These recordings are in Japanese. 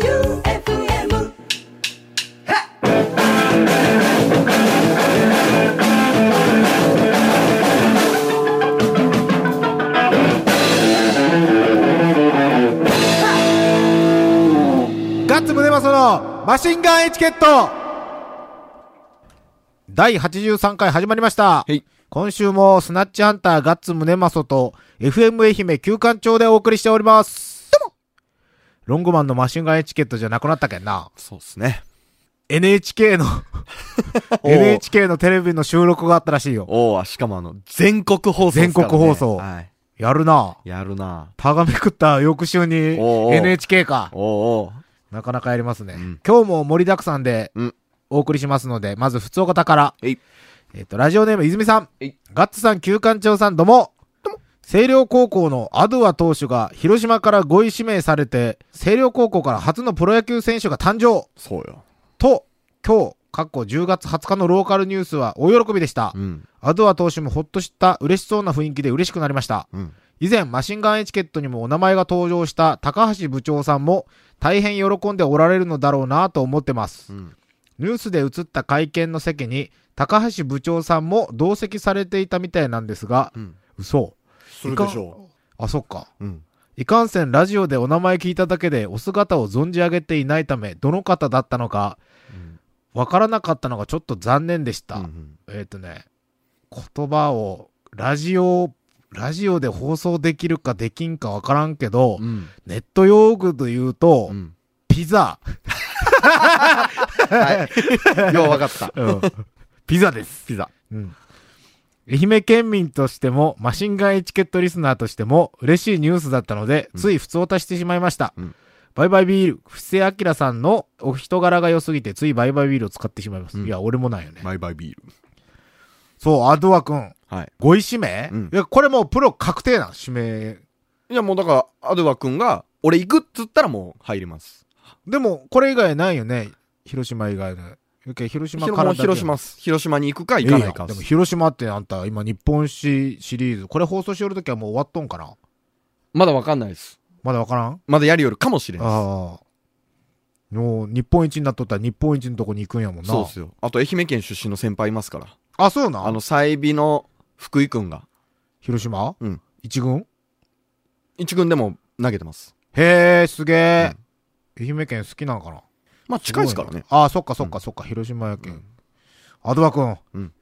J-O-E-U-F-M ガッツムネマソのマシンガンエチケット第83回始まりました。はい今週もスナッチハンターガッツムネマソと FM 愛媛旧館長でお送りしております。ロングマンのマシンガンエチケットじゃなくなったけんな。そうですね。 NHK の おう NHK のテレビの収録があったらしいよ。おお、しかもあの、全国放送ですからね全国放送はい。やるな。やるなタガメ食った翌週におうおう NHK か。おうおうなかなかやりますね。ん今日も盛りだくさんでうんお送りしますので、まず普通お方から。えい。えっ、と、ラジオネーム、泉さんえい。ガッツさん、旧館長さん、どうも。星稜高校のアドゥア投手が広島から5位指名されて、星稜高校から初のプロ野球選手が誕生そうよ。と、今日、過去10月20日のローカルニュースは大喜びでした。うん。アドゥア投手もほっとした嬉しそうな雰囲気で嬉しくなりました。うん。以前、マシンガンエチケットにもお名前が登場した高橋部長さんも大変喜んでおられるのだろうなと思ってますう。ん。ニュースで映った会見の席に高橋部長さんも同席されていたみたいなんですが、うん。嘘。するでしょあ、そっか。う。うん。いかんせんラジオでお名前聞いただけでお姿を存じ上げていないため、どの方だったのか、わからなかったのがちょっと残念でした。うん。えっ、とね、言葉をラジオ、ラジオで放送できるかできんかわからんけど、うん。ネット用具で言うと、 うん。ピザ。はい。ようわかった。ピザです。ピザ。うん。愛媛県民としても、マシンガンエチケットリスナーとしても、嬉しいニュースだったので、つい普通を足してしまいました。うんバイバイビール、布施明さんのお人柄が良すぎて、ついバイバイビールを使ってしまいます。うんいや、俺もなんよね。バイバイビール。そう、アドワ君、はい。ご意指名、うんいや、これもうプロ確定なん、指名。いや、もうだから、アドワ君が、俺行くっつったらもう入ります。でも、これ以外ないよね。広島以外の。OK 広島からだけ広島っす、広島に行くか行かないかっですも広島ってあんた今日本史シリーズ、これ放送しよるときはもう終わっとんかなまだわかんないです。まだわからんまだやりよるかもしれんっすああ。もう日本一になっとったら日本一のとこに行くんやもんな。そうっすよ。あと、愛媛県出身の先輩いますから。あ、そうなあの、済美の福井君が、広島うん。一軍一軍でも投げてます。へえ、すげえ、愛媛県好きなのかなまあ近いですからね。。ごなあそっかそっかそっか、広島やけん。アドワ君。うん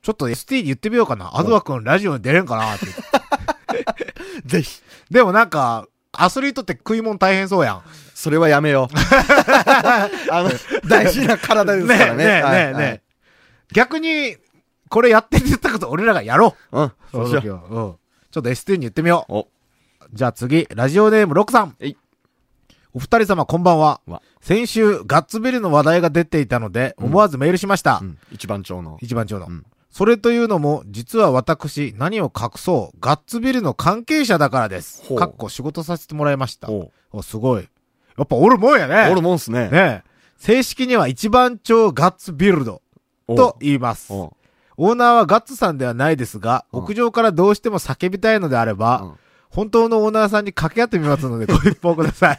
ちょっと ST に言ってみようかな。アドワ君ラジオに出れんか なって。ぜひ。でもなんか、アスリートって食い物大変そうやん。それはやめよう。 あの、大事な体ですからね。はねえいねえねえねえ。逆に、これやってって言ったこと俺らがやろう。はいうん。そうし時よう。はうん。ちょっと ST に言ってみよう。お、じゃあ次、ラジオネーム6さんえい。お二人様こんばんはわ。先週、ガッツビルの話題が出ていたので、うん思わずメールしました。うん。一番長の。一番長の、うんそれというのも、実は私、何を隠そう、ガッツビルの関係者だからです。ほうかっこ仕事させてもらいました。おお、すごい。やっぱおるもんやね。おるもんっすね。ねえ正式には一番長ガッツビルドおと言います。おオーナーはガッツさんではないですが、うん屋上からどうしても叫びたいのであれば、うん本当のオーナーさんに掛け合ってみますので、ご一報くだ さい。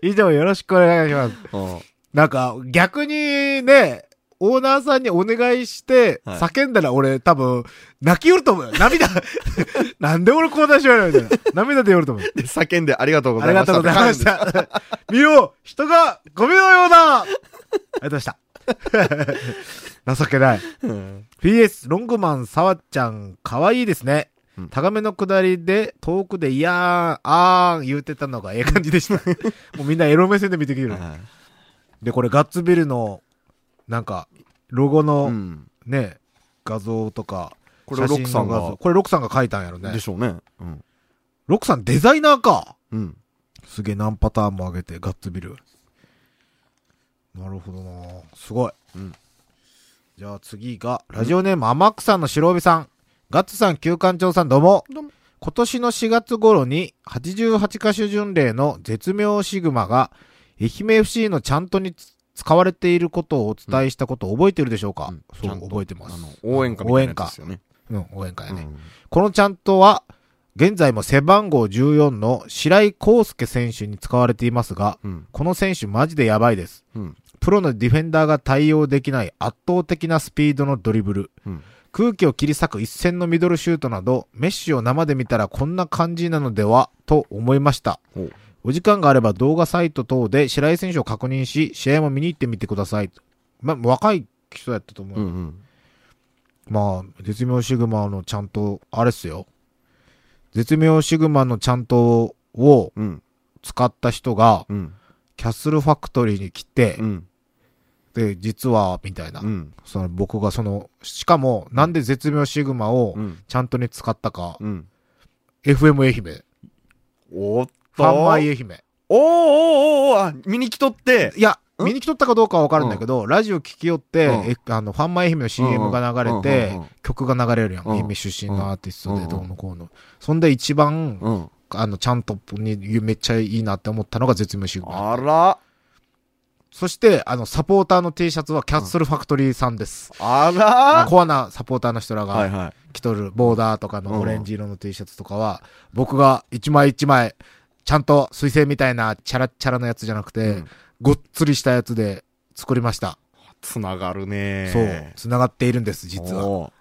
以上よろしくお願いします。おなんか、逆にね、オーナーさんにお願いして、はい叫んだら俺多分、泣きよると思うよ。涙、 なんで俺こう出しようよ、みたいな。涙出よると思う。で叫んでありがとうごあざりいまがしとた。うございまし。た。見よう人がゴミのようだありがとうござい ました。 情けない。PS、ロングマン、さわちゃん、かわいいですね。うん高めの下りで、遠くで、いやーん、あーん、言うてたのがええ感じ でした。もうみんなエロ目線で見てきてる。はいで、これ、ガッツビルの、なんか、ロゴうのん。ね、画像とか、これ写真ロックさんのが画像これ、ロクさんが書いたんやろねで。しょうね。うん。ロクさんデザイナーか。うん。すげえ何パターンも上げて、ガッツビル。なるほどなすごい。うんじゃあ次が、ラジオネーム、天草の白帯さん。ガッツさん、旧館長さん、どうも。どうも今年の4月頃に、88カ所巡礼の絶妙シグマが、愛媛 FC のちゃんとにつ使われていることをお伝えしたことを覚えてるでしょうか、うんそちゃう、んと覚えてまあすの。応援歌み応たい援なやつ歌です。よね。うん、応援歌やね。うんこのちゃんとは、現在も背番号14の白井康介選手に使われていますが、うん。この選手マジでやばいです。うん。プロのディフェンダーが対応できない圧倒的なスピードのドリブル。うん。空気を切り裂く一戦のミドルシュートなど、メッシを生で見たらこんな感じなのではと思いました。ほう。お時間があれば動画サイト等で白井選手を確認し、試合も見に行ってみてください。まあ、若い人やったと思う。うんうん。まあ、絶妙シグマのちゃんと、あれっすよ。絶妙シグマのちゃんとをうん。使った人が、うん。キャッスルファクトリーに来て、うん。で、実は、みたいな。うん。その僕がその、しかも、なんで絶妙シグマをうん。ちゃんとに使ったか、うん。 FM 愛媛、おっと。ファンマイ愛媛。おーおーおーおーあ、見に来とって。いや、ん見に来とったかどうかはわかるんだけど、ラジオ聞きよって、うんえあの、ファンマイ愛媛の CM が流れうんうんてうん、曲が流れるやん。うん愛媛出身のアーティストうで、んどうのこうの。そんで一番、うん。あの、ちゃんとにめっちゃいいなって思ったのが絶妙シグマ。あら、そして、あの、サポーターの T シャツはキャッスルファクトリーさんです。あまあらコアなサポーターの人らはいがは着とるボーダーとかうんのオレンジ色の T シャツとかは、僕が一枚一枚、ちゃんと水星みたいなチャラッチャラのやつじゃなくい。うて、んごっつりしたやつで作りました。つながるねそう。繋がっているんです、実は。は。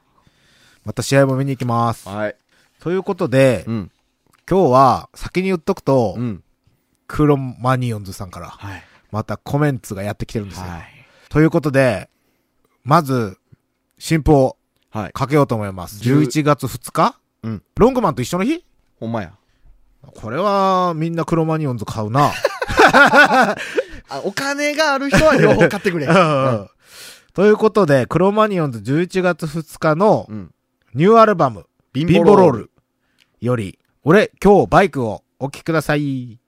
また試合も見に行きます。はい。ということで、うん。今日は先に言っとくと、うん。クロマニオンズさんから、はい。またコメンツがやってきてるんですよ。はい。ということで、まず、新報をはい。かけようと思います。 10 11月2日うん。ロングマンと一緒の日ほんまや。これは、みんなクロマニオンズ買う な。あ、お金がある人は両方買って くれ。うん ということで、クロマニオンズ11月2日のうん。ニューアルバム、ビビンボロー。ルより、俺、今日バイクをお聴きください。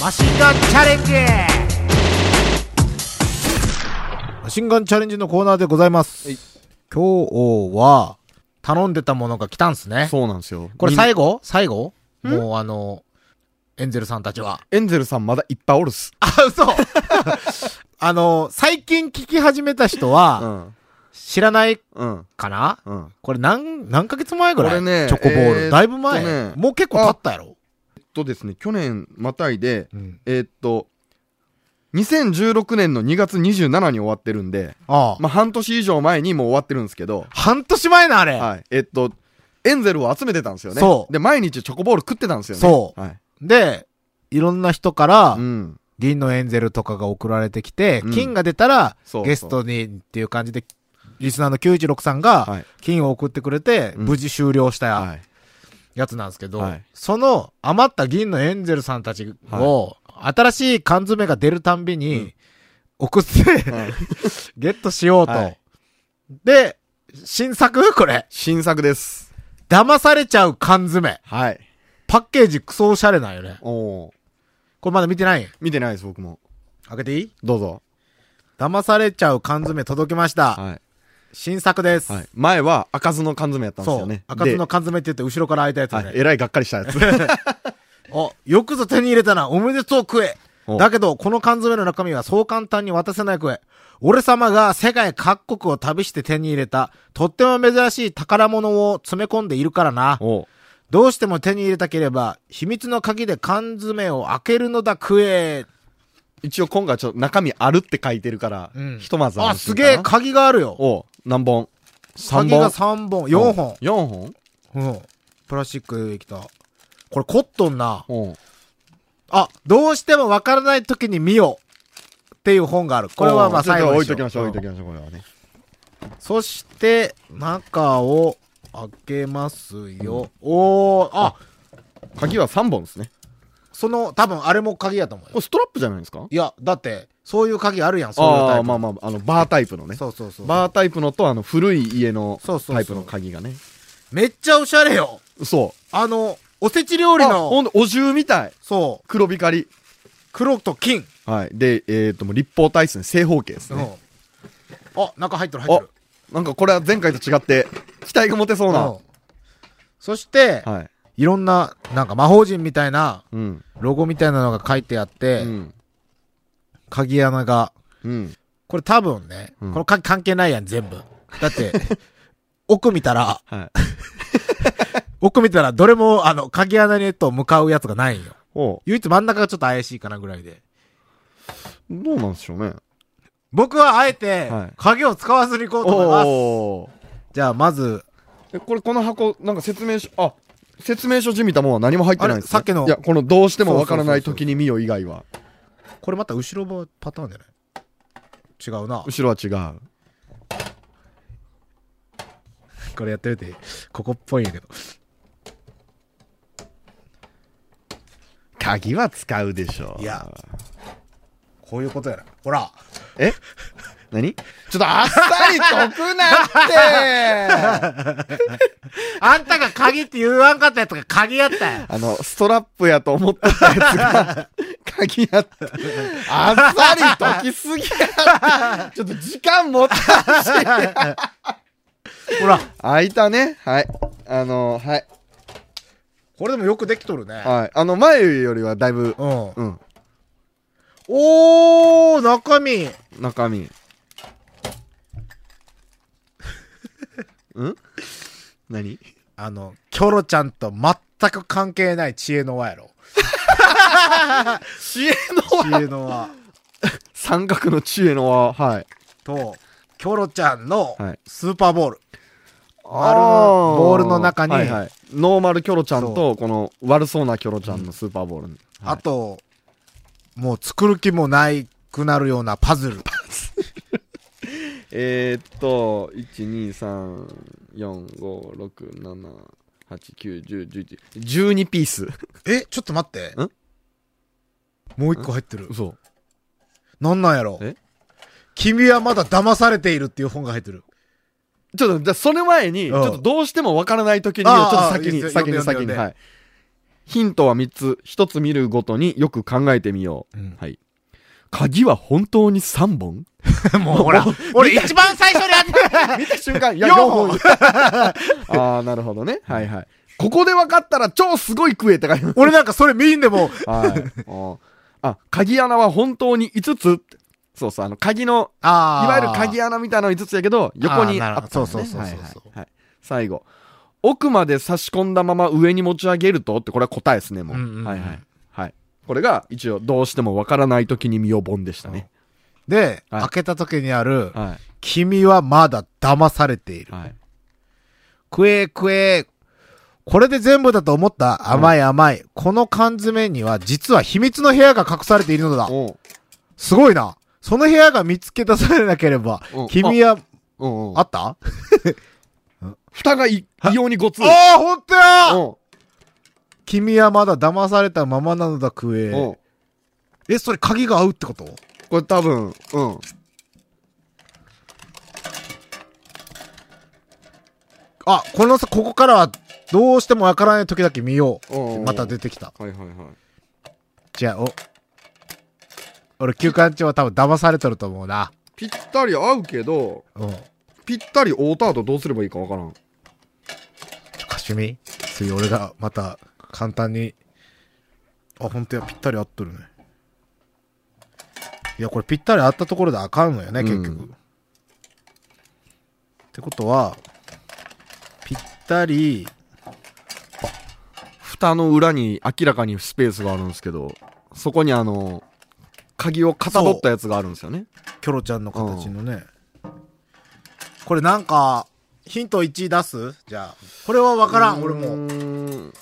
マシンガンチャレンジマシンガンチャレンジのコーナーでございます。はい今日は、頼んでたものが来たんすね。そうなんですよ。これみん最後最後もうあの、エンゼルさんたちは。エンゼルさんまだいっぱいおるっす。あ、嘘 あの、最近聞き始めた人は、ん。知らないうん。かなうん。これ何、何ヶ月前ぐらいこれねチョコボール。えーっとねだいぶ前、もう結構経ったやろとですね、去年またいで、うん。えーっと、2016年の2月27に終わってるんで、ああ。まあ、半年以上前にもう終わってるんですけど、半年前な、あれ、はい。えーっと、エンゼルを集めてたんですよね。そうで、毎日チョコボール食ってたんですよね。そうはい。で、いろんな人からう、ん。銀のエンゼルとかが送られてきて、うん金が出たら、そうそうゲストにっていう感じで、リスナーの96さんが、はい。金を送ってくれて、うん無事終了したはい。やつなんですけど、はいその余った銀のエンゼルさんたちを、新しい缶詰が出るたんびうにん、送って、はいゲットしようと。はいで、新作 これ。新作です。騙されちゃう缶詰。はい。パッケージクソオシャレなんよね。おーこれまだ見てない見てないです、僕も。開けていいどうぞ。騙されちゃう缶詰届きました。はい。新作です。はい。前は開かずの缶詰やったんですそようね。。赤ずので缶詰って言って後ろから開いたやつね。はい。えらいがっかりしたや つ。あ、よくぞ手に入れたな。おめでとう食えお。だけど、この缶詰の中身はそう簡単に渡せない食え。俺様が世界各国を旅して手に入れた、とっても珍しい宝物を詰め込んでいるからな。おうどうしても手に入れたければ、秘密の鍵で缶詰を開けるのだ食え。一応今回ちょっと中身あるって書いてるから、うんひとまずあ、安す心げえ、かな鍵があるよ。おう何本 ?3 鍵本が3本、4本。 4本うん。プラスチックでできた。これコットンな。おうあ、どうしてもわからない時に見よ。っていう本がある。これはまあちょっ最と後に置いときましょう、うん置いときましょう、これはね。そして、中を開けますよ。おー、あ、鍵は3本ですね。その、多分あれも鍵やと思うこよ。れストラップじゃないですかいや、だって、そういう鍵あるやん、そういうタイああ、プ。まあまあ、あの、バータイプのね。そうそうそう。バータイプのと、あの、古い家のそうそうそうタイプの鍵がね。めっちゃおしゃれよ。そあの、おせち料う。理あ、のほ、んと、お重みたい。そう、黒光り。黒と金。はい。で、えっ、と、もう立方体ですね。正方形ですうね。ん。あ、中入ってる入っあてる。、なんかこれは前回と違って、期待が持てそうな。ん。そして、はい。いろんな、なんか魔法陣みたいな、うん。ロゴみたいなのが書いてあっうて、ん。鍵穴がうん。これ多分ね、うんこの鍵関係ないやん、全部。だって、 奥見たら、はい。奥見たら、どれも、あの、鍵穴にと向かうやつがないんよ。おう唯一真ん中がちょっと怪しいかなぐらいで。どうなんでしょうね。僕はあえてはい、鍵を使わずに行こうと思います。おじゃあ、まず、えこれこの箱、なんか説明書、あ、説明書じみたものは何も入ってないんですねあれさっきのいや、このどうしてもわからないそうそうそう時に見よ以外は。これまた後ろパターンじゃない違うな。後ろは違う。これやってみて、ここっぽいんやけど。鍵は使うでしょいや。こういうことやな。ほら。え何ちょっとあっさり解くなってあんたが鍵って言わんかったやつが鍵やったよ。 あの、ストラップやと思ってたやつ が、鍵やった。あっさり解きすぎやって。ちょっと時間もったし。ほら。開いたね。はい。あの、はい。これでもよくできとるね。はい。あの、前よりはだいぶ、うん。うん、おー、中身。中 身。ん何あの、キョロちゃんと全く関係ない知恵の輪やろ。知恵の知恵の輪三角の知恵の輪。はい。と、キョロちゃんのはいスーパーボール。あーボールの中にはいはいノーマルキョロちゃんそと、この悪そうなキョロちゃんのスーパーボールに。あと、もう作る気もないくなるようなパズル。えー、っと、1、2、3、4、5、6、7、8、9、10、11、12ピース。え、ちょっと待って。んもう一個入ってる。嘘。なんなんやろえ君はまだ騙されているっていう本が入ってる。ちょっと、じゃあその前に、ちうんょっとどうしてもわからない時に、ちょあーっと先いいでに、すよ先に、読んで読ん先に、ではい。ヒントは3つ。1つ見るごとによく考えてみよう。うんはい。鍵は本当に3本 もうほら、俺一番最初に当て た見た瞬間、いや、四4本本。 ああ、なるほどね。はいはい。ここで分かったら超すごい食えって書いてます。俺なんかそれ見んでも、はい。おーあ、鍵穴は本当に5つってそうそう、あの、鍵のあーいわゆる鍵穴みたいなの5つやけど、横にああーなるほったんだね、どそうそうそうそうはいはいはい最後。奥まで差し込んだまま上に持ち上げるとって、これは答えですね、もう。うんうんうんはいはい。はい。これが、一応、どうしてもわからない時に見よぼんでしたね。で、はい開けた時にある、は君はまだ騙されていい。る。はい。くえくえ。これで全部だと思った甘い甘い。この缶詰には実は秘密の部屋が隠されているのだ。おうすごいな。その部屋が見つけ出されなければうん、君は、おうおうあった蓋がい異様にごつい。ああ、ほんとやおう君はまだ騙されたままなのだ、クおエ。うえ、それ鍵が合うってことこれ多分、うん。あ、このさ、ここからは、どうしてもわからない時だけ見よおうう。また出てきた。はいはいはい。じゃあ、お。俺、休館中は多分騙されてると思うな。ぴったり合うけど、うん。ちょ、ぴったり合うた後どうすればいいかわからん。カシュミ次、俺が、また、簡単に。あ、ほんとや、ぴったり合っとるね。いや、これぴったり合ったところであかんのよね、うん結局。ってことは、ぴったり、蓋の裏に明らかにスペースがあるんですけど、そこにあの、鍵をかたどったやつがあるんですよね。キョロちゃんの形のね、これなんかヒント1出すじゃあこれは分からん俺うもーん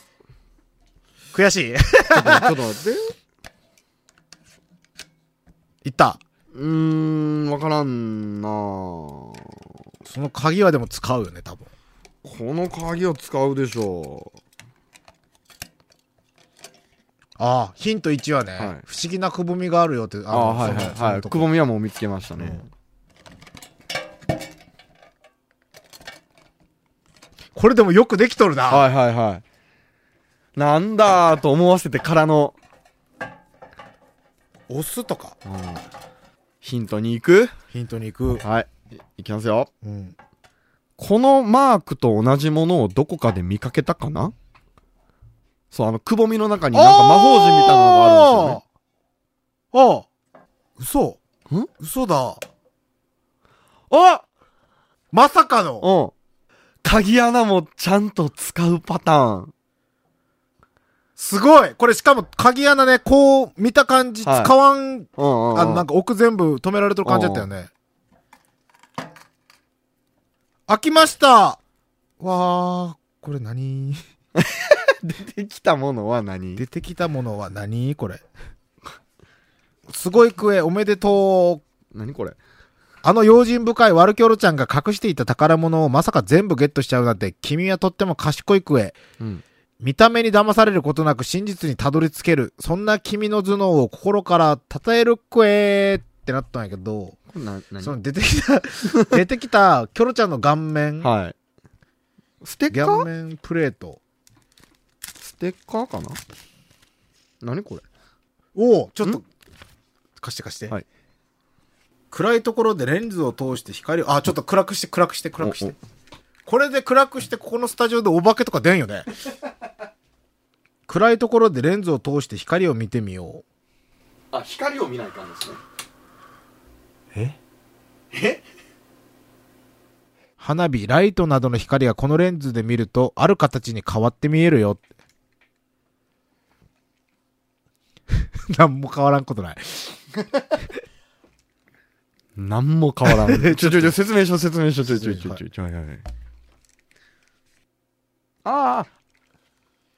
悔しい ちょっとちょっと待って。いったうーん、わからんなぁこその鍵はでも使うよね多分の鍵を使うでしょああヒント1はね、はい不思議なくぼみがあるよってあう。のああ、はそいはのいそはのい。とくこぼみはもう見つけましたね。これでもよくできとるな、はいはいはい。なんだーと思わせてからの、押すとかうんヒントに行くヒントに行く、はい。いいきますよ。うん、このマークと同じものをどこかで見かけたかなそう、あの、くぼみの中になんか魔法陣みたいなのがあるんですよね。ああ嘘ん嘘だあまさかのうん。鍵穴もちゃんと使うパターン。すごいこれしかも鍵穴ね、こう見た感じ使はいわん、うんうん、うん。あのなんか奥全部止められてる感じだったよね。開きましたわー、これ何出てきたものは何出てきたものは何これ。すごいクエおめでとう。何これあの用心深いワルキョロちゃんが隠していた宝物をまさか全部ゲットしちゃうなんて、君はとっても賢いクエ。うん。見た目に騙されることなく真実にたどり着ける。そんな君の頭脳を心から称えるクエってなったんやけど、これな、何その出てきた、出てきたキョロちゃんの顔面、はい。ステッカ顔ー面プレートステッカーかな何これを、ちょっとん、貸して貸して。はい暗いところでレンズを通して光を、あ、ちょっと暗くして暗くして暗くしおてお。これで暗くして、ここのスタジオでお化けとか出んよ ね。暗いところでレンズを通して光を見てみよう。あ、光を見ないかんですね。花火、ライトなどの光がこのレンズで見ると、ある形に変わって見えるよ。 何も変わらんことない。 何も変わらん。ちょちょちょ、説明しよう、説明しよう、ちょちょちょちょちょ、はいはいはい。ああ、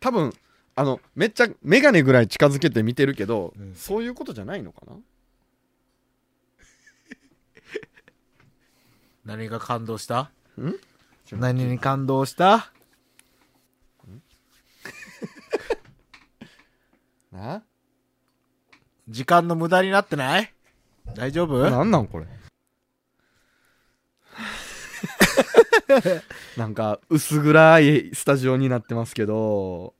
多分、あの、めっちゃメガネぐらい近づけて見てるけど、うんそういうことじゃないのかな何が感動したん何に感動したな時間の無駄になってない大丈夫なんなんこれ なんか薄暗いスタジオになってますけど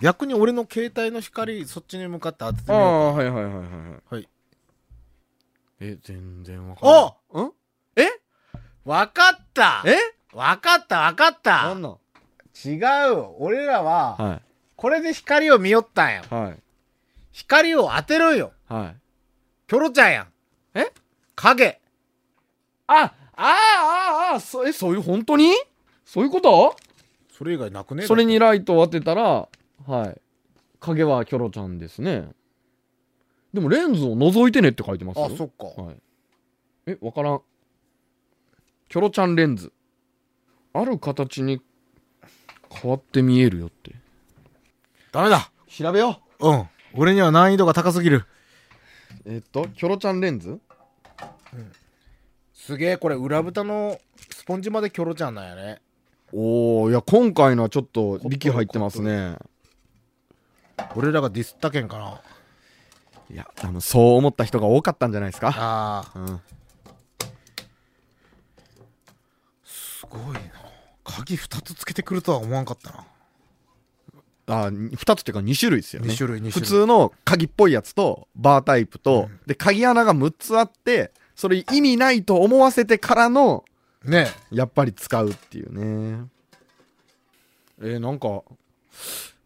逆に俺の携帯の光、そっちに向かって当ててあみよあはいはいはいはいはいえ全然わかんないおんう。わかったえわかったわかっなたんなん違う俺らは、はこれで光を見よったんよいはい光を当てるんよはいキョロちゃんやん。え影。あああああそえそういう本当にそういうことそれ以外なくねそれにライトを当てたらはい影はキョロちゃんですねでもレンズを覗いてねって書いてますよあ、そっか。はい。え、わからん。キョロちゃんレンズ。ある形に変わって見えるよって。ダメだ。調べようん。俺には難易度が高すぎる。う。えっと、キョロちゃんレンズすげえ、これ裏蓋のスポンジまでキョロちゃんなんやね。おおいや、今回のはちょっとる力入ってますね。俺らがディスったけんかな。いや、多分そう思った人が多かったんじゃないですか。ああ。うん。すごいな。鍵2つつけてくるとは思わんかったな。あ、二つっていうか二種類ですよね。二種類二種類普通の鍵っぽいやつと、バータイプと、で、鍵穴が6つあって、それ意味ないと思わせてからの、ねやっぱり使うっていうねえー、なんか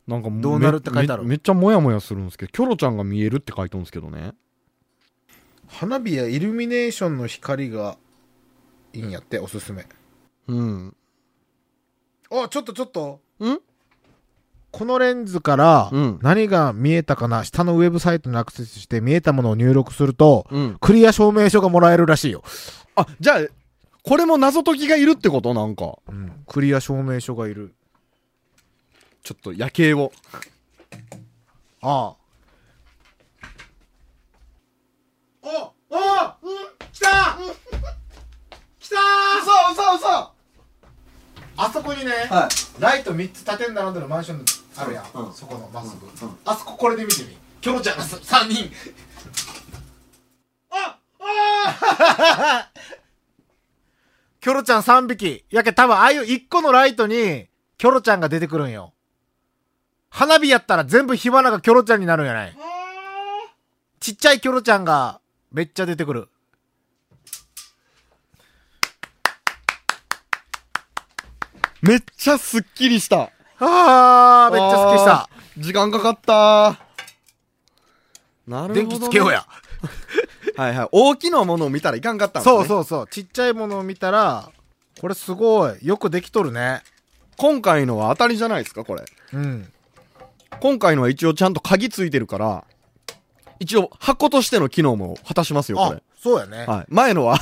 なんかめどうなるって書いてあるめめっちゃモヤモヤするんですけどキョロちゃんが見えるって書いてあるんですけどね花火やイルミネーションの光がいいんやって、おすすめ。うんあ、ちょっとちょっと。うんこのレンズからうん何が見えたかな、下のウェブサイトにアクセスして見えたものを入力すると、うんクリア証明書がもらえるらしいよ。あじゃあこれも謎解きがいるってことなんかうん、クリア証明書がいる。ちょっと夜景をああ。おおうん来た、来たそうそうそあそこにね、はライト3つ立てんだろうのマンションあるやん、そこのまっすぐ、あそここれで見てみキョロちゃんが3人ああ キョロちゃん3匹やけ多分ああいう1個のライトにキョロちゃんが出てくるんよ花火やったら全部火花がキョロちゃんになるんやないちっちゃいキョロちゃんがめっちゃ出てくるめっちゃすっきりしたあーめっちゃ好きしたあー時間かかったなるほど、ね、電気つけようやはいはい大きなものを見たらいかんかったんですねそうそうそう。ちっちゃいものを見たら、これすごい。よくできとるね。今回のは当たりじゃないですか、これ。うん。今回のは一応ちゃんと鍵ついてるから、一応箱としての機能も果たしますよ、こあれ。、そうやね。はい。前のは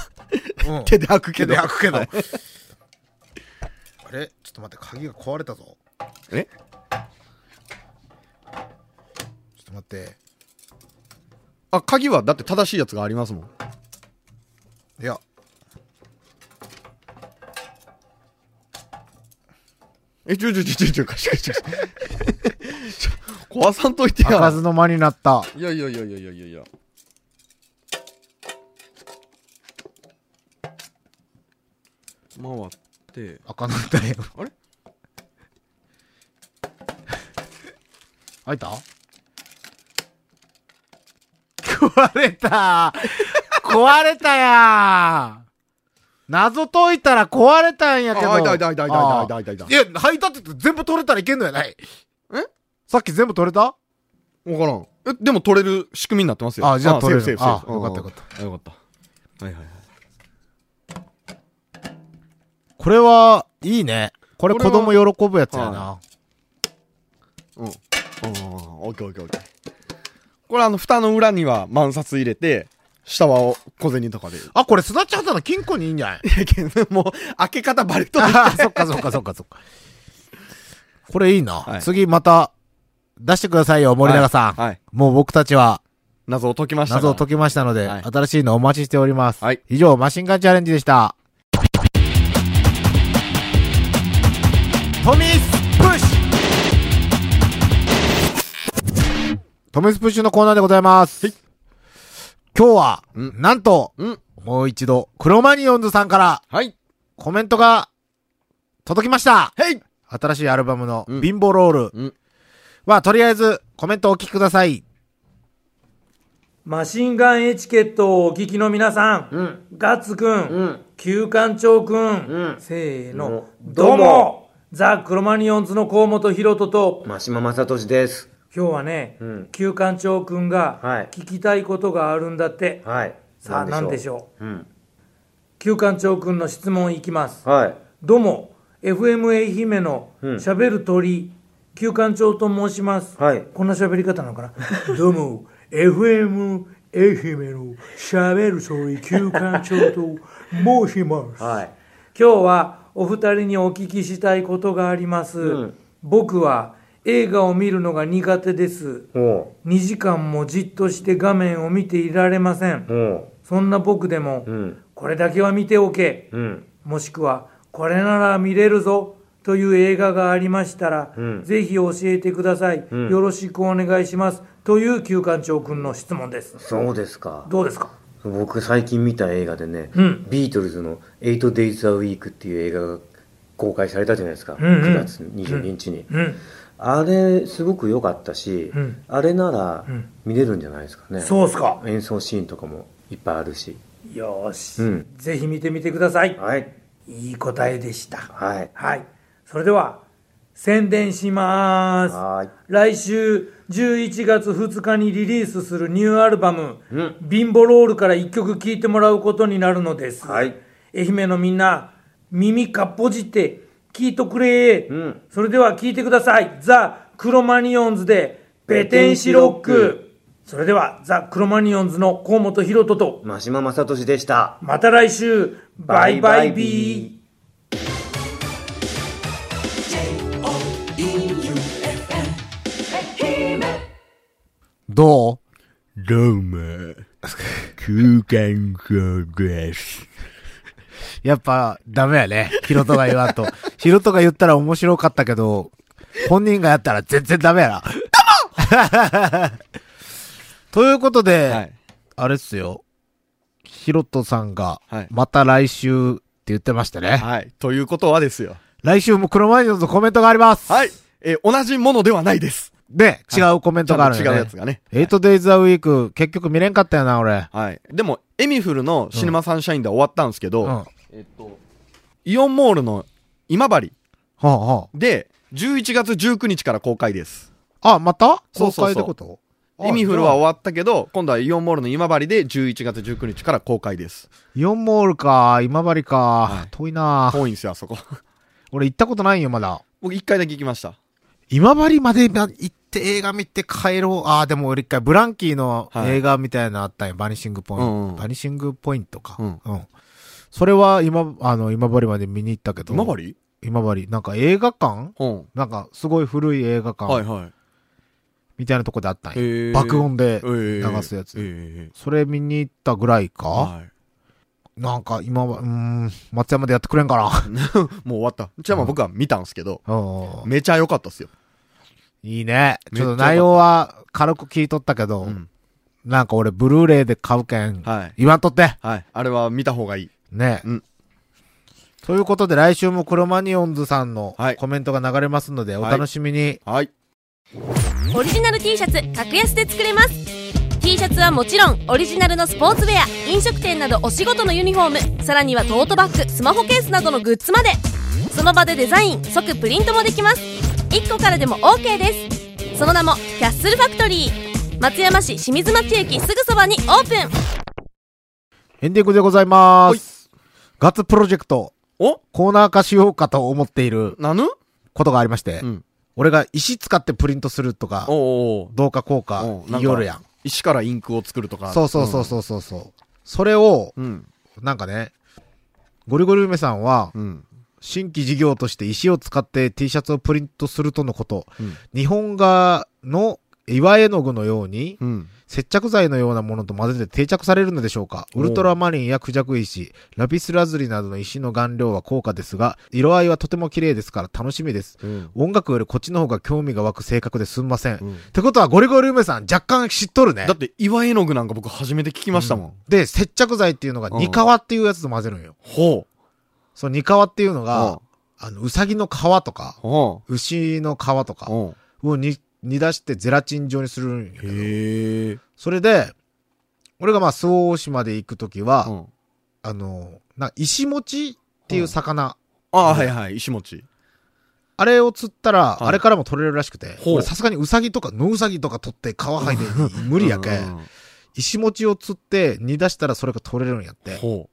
うん、手で開くけ手ど。で開くけど。はいあれちょっと待って、鍵が壊れたぞ。ちえょっと待って。あ、鍵はだって正しいやつがありますもん。いや。え、ちょちょちょちょちょ、かしかしかし。ちょ壊さんといて開やか。ずの間になった。いやいやいやいやいやいやいや。回って、開かなかったね。あれ 開いた壊れた壊れたやん謎解いたら壊れたんやけど。あ開いた開いた開いた開いた開いた開いいたや、履いたって言って全部取れたらいけんのやないえさっき全部取れたわからん。え、でも取れる仕組みになってますよ。あじゃあ取れるセーフセーフセーフ。。あよかったよかったよかった。はいはいはい。これは、いいね。これこれは子供喜ぶやつやはな。うん。ああ、オッケーオッケーオッケー。これあの、蓋の裏には万札入れて、下は小銭とかで。あ、これ、スナッチハンターの金庫にいいんじゃないもう、開け方バレとる。あ ーそっかそっかそっかそっか。これいいな。はい次また、出してくださいよ、森永さん。はいはいもう僕たちは、謎を解きましたから。謎を解きましたので、はい新しいのお待ちしております。はい以上、マシンガンチャレンジでした。トミスプッシュトミスプッシュのコーナーでございます。今日は、うんなんと、うん。もう一度、クロマニオンズさんからはい。コメントが届きましたはい。新しいアルバムのうん貧乏ローうんルは、とりあえずコメントをお聞きください。マシンガンエチケットをお聞きの皆さん、ガッツくん、旧館長くん、せーの、どうもザ・クロマニオンズの河本ロ人と、マシママサトシです。今日はね、ん旧館長くんはがい聞きたいことがあるんだって。はい。さあ、なんでしょょう。う。うん。旧館長くんの質問いきます。はい。どうも、FM 愛媛のうんしゃべる鳥、旧館長と申します。はいこんな喋り方なの かなどうも、FM 愛媛のしゃべる鳥、旧館長と申します。 はい。今日はお二人にお聞きしたいことがあります。うん僕は映画を見るのが苦手です。お2時間もじっとして画面を見ていられませんう。。おそんな僕でも、う。うん。これだけは見ておけ。うん。もしくは、これなら見れるぞ。という映画がありましたら、うんぜひ教えてください、うんよろしくお願いします。という旧館長くんの質問です。そうですか。どうですか僕最近見た映画でね、うんビートルズの8 Days a Week っていう映画が公開されたじゃないですか。うんうん9月22日に。うん。あれ、すごく良かったし、うんあれならうん見れるんじゃないですかね。そうっすか。演奏シーンとかもいっぱいあるし。よーし、うんぜひ見てみてください。はい。いい答えでした。はい。はい。それでは、宣伝します。はい。来週11月2日にリリースするニューアルバムうん「ビンボロール」から1曲聴いてもらうことになるのです、はい愛媛のみんな耳かっぽじって聴いとくれ、うんそれでは聴いてください「ザ・クロマニオンズ」で「ペテンシロッペテンシロク」それではザ・クロマニオンズの河本ロ人とマシママサトシでした。また来週バイバイビー J-O-E-U-F-M 愛媛どうどうも、空間上です。やっぱ、ダメやね。ヒロトが言わんと。ヒロトが言ったら面白かったけど、本人がやったら全然ダメ やな。 ということで、はい。あれっすよ。ヒロトさんがはい、また来週って言ってましたね。はい。ということはですよ。来週もクロマニオンズのコメントがあります。はい。えー同じものではないです。で、違うコメントがあるちよゃんね。と違うやつがね。 8 days a week、結局見れんかったよな、俺。はい。でも、エミフルのシネマサンシャインでは終わったんですけど、うん。ほうイオンモールの今治ほう。で、11月19日から公開です。あ、またそう公そうそう開ってことイミフルは終わったけど、今度はイオンモールの今治で11月19日から公開です。イオンモールか、今治か、遠いな遠いんですよ、あそこ。 俺行ったことないよ、まだ。僕一回だけ行きました。今治までな行って映画見て帰ろう。ああ、でも俺一回ブランキーのはい映画みたいなのあったんよ。バニシングポイント。うんうんバニシングポイントか。うんそれは今、あの、今治まで見に行ったけど。今治今治。なんか映画館うん。なんかすごい古い映画はい館はみたいなとこであったんよ。い。爆音で流流すやつ。えそれ見に行ったぐらいか、ーはいなんか今は、うーん、松山でやってくれんかな。もう終わった。じゃあまあ僕は見たんですけど、うんめちゃ良かったっすよ。いいね。ちょっめとっちゃ内容は軽く聞いとったけど、んなんか俺ブルーレイで買うけん、はい言わんとって。はい。あれは見た方がいい。ね。うんということで来週もクロマニオンズさんのはいコメントが流れますので、お楽しみに。はい。オリジナル T シャツ格安で作れます T シャツはもちろんオリジナルのスポーツウェア飲食店などお仕事のユニフォームさらにはトートバッグスマホケースなどのグッズまでその場でデザイン即プリントもできます1個からでも OK ですその名もキャッスルファクトリー松山市清水町駅すぐそばにオープンエンディングでございます。ガッツプロジェクト、おコーナー化しようかと思っているなぬことがありまして、うん俺が石使ってプリントするとか、おうおうどうかこうかおう、言いよるやなんか。石からインクを作るとか。そうそうそうそうそうそう。それを、うん。うん。なんかね、ゴリゴリ梅さんは、うん。新規事業として石を使って T シャツをプリントするとのこと。うん日本画の岩絵の具のように、うん。接着剤のようなものと混ぜて定着されるのでしょうかおうウルトラマリンやクジャク石、ラピスラズリなどの石の顔料は高価ですが、色合いはとても綺麗ですから楽しみです。うん音楽よりこっちの方が興味が湧く性格ですんません。うんってことはゴリゴリ梅さん若干知っとるね。だって岩絵の具なんか僕初めて聞きましたもん。で、接着剤っていうのがうんニカワっていうやつと混ぜるんよ。ほう。そのニカワっていうのうんが、あの、ウサギの皮とか、ほ牛の皮とう。かほをに煮出してゼラチン状にするんよう。へえ。それで、俺がまあ、周防大島で行くときは、うん。あの、な、石餅っていう魚、ああ、はいはい。石餅。あれを釣ったら、いあれからも取れるらしくて、ほう俺さすがにウサギとかノウサギとか取って皮剥いで 無理やけ、うんうん石餅を釣って煮出したらそれが取れるんやって。ほ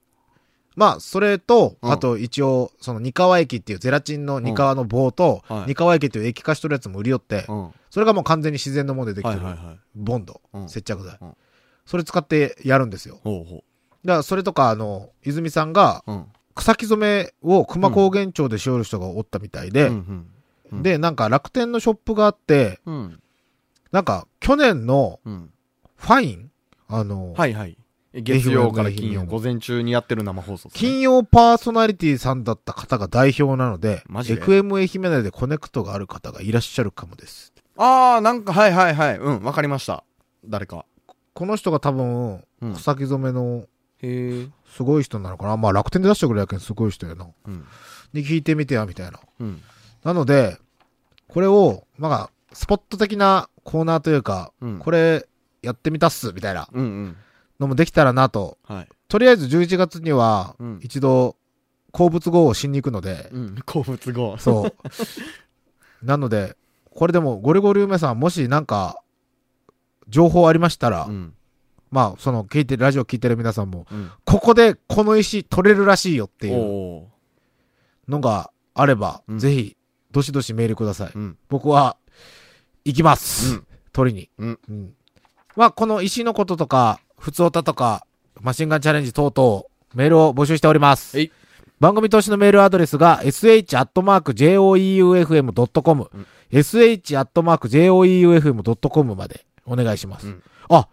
まあ、それと、うんあと一応、そのニカワ液っていうゼラチンのニカワの棒と、うんはいニカワ液っていう液化しとるやつも売り寄って、う。うん。はそれがもう完全に自然のものででいきはている。はい。ボンド、うん接着剤、うんそれ使ってやるんですよ。ほうほだから、それとか、あの、泉さんが、う。うん。草木染めを熊高原町でしよる人がおったみたいで、うんうんで、なんか楽天のショップがあって、うん。うん。なんか去年のうん。ファインあの、はいはい。月曜から金曜、午前中にやってる生放送ですね、金曜パーソナリティさんだった方が代表なので、マジで FM 愛媛内でコネクトがある方がいらっしゃるかもです。ああ、なんか、はいはいはい。うん、わかりました。誰か。この人が多分、うん草木染めのへえ。すごい人なのかな。まあ楽天で出してくれやけんすごい人やな。うん。に聞いてみてや、みたいな。うん。なので、これを、なんか、スポット的なコーナーというか、うんこれ、やってみたっす、みたいなうんうん。のもできたらなと。はい。とりあえず11月にはうん、一度、鉱物号をしに行くので、うん。好物語。 そう。なので、これでも、ゴリゴリ梅さん、もしなんか、情報ありましたら、うん。まあ、その、聞いてる、ラジオ聞いてる皆さんも、うん。ここでこの石取れるらしいよっておいうおのがあれば、うんぜひ、どしどしメールください。ー。うん。僕は、行きます。うん取りに。うんまあ、この石のこととか、普通歌とか、マシンガンチャレンジ等々、メールを募集しております。はい番組投資のメールアドレスが、sh.joeufm.com、sh.joeufm.com までお願いします。うんあ、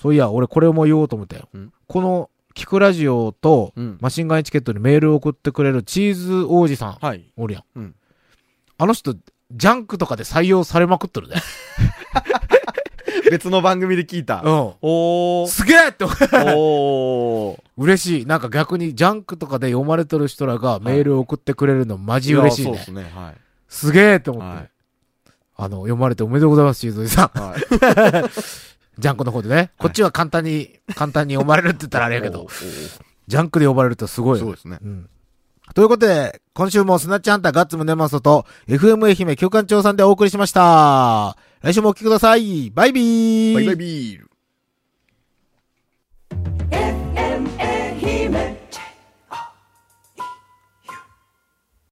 そういや、俺これも言おうと思ったよ。うんこの、キクラジオと、うんマシンガンエチケットにメールを送ってくれるチーズ王子さん。はい。おるやん。うんあの人、ジャンクとかで採用されまくってる ね。別の番組で聞いた。ん。お ー。すげえって、おー。 嬉しい。なんか逆にジャンクとかで読まれてる人らがメールを送ってくれるのマジ嬉しいやそうね。ですね。はい。すげえって思って。はいあの、読まれておめでとうございます、シーズンさん。はい。ジャンクの方でね。こっちは簡単に、簡単に読まれるって言ったらあれやけおどーお、ージャンクで呼ばれるとすごいよそうね。ですね。うん。ということで、今週もスナッチハンターガッツムネマソと FM 愛媛休館長さんでお送りしました。来週もお聞きください。バイビー。バイバイビール。 FM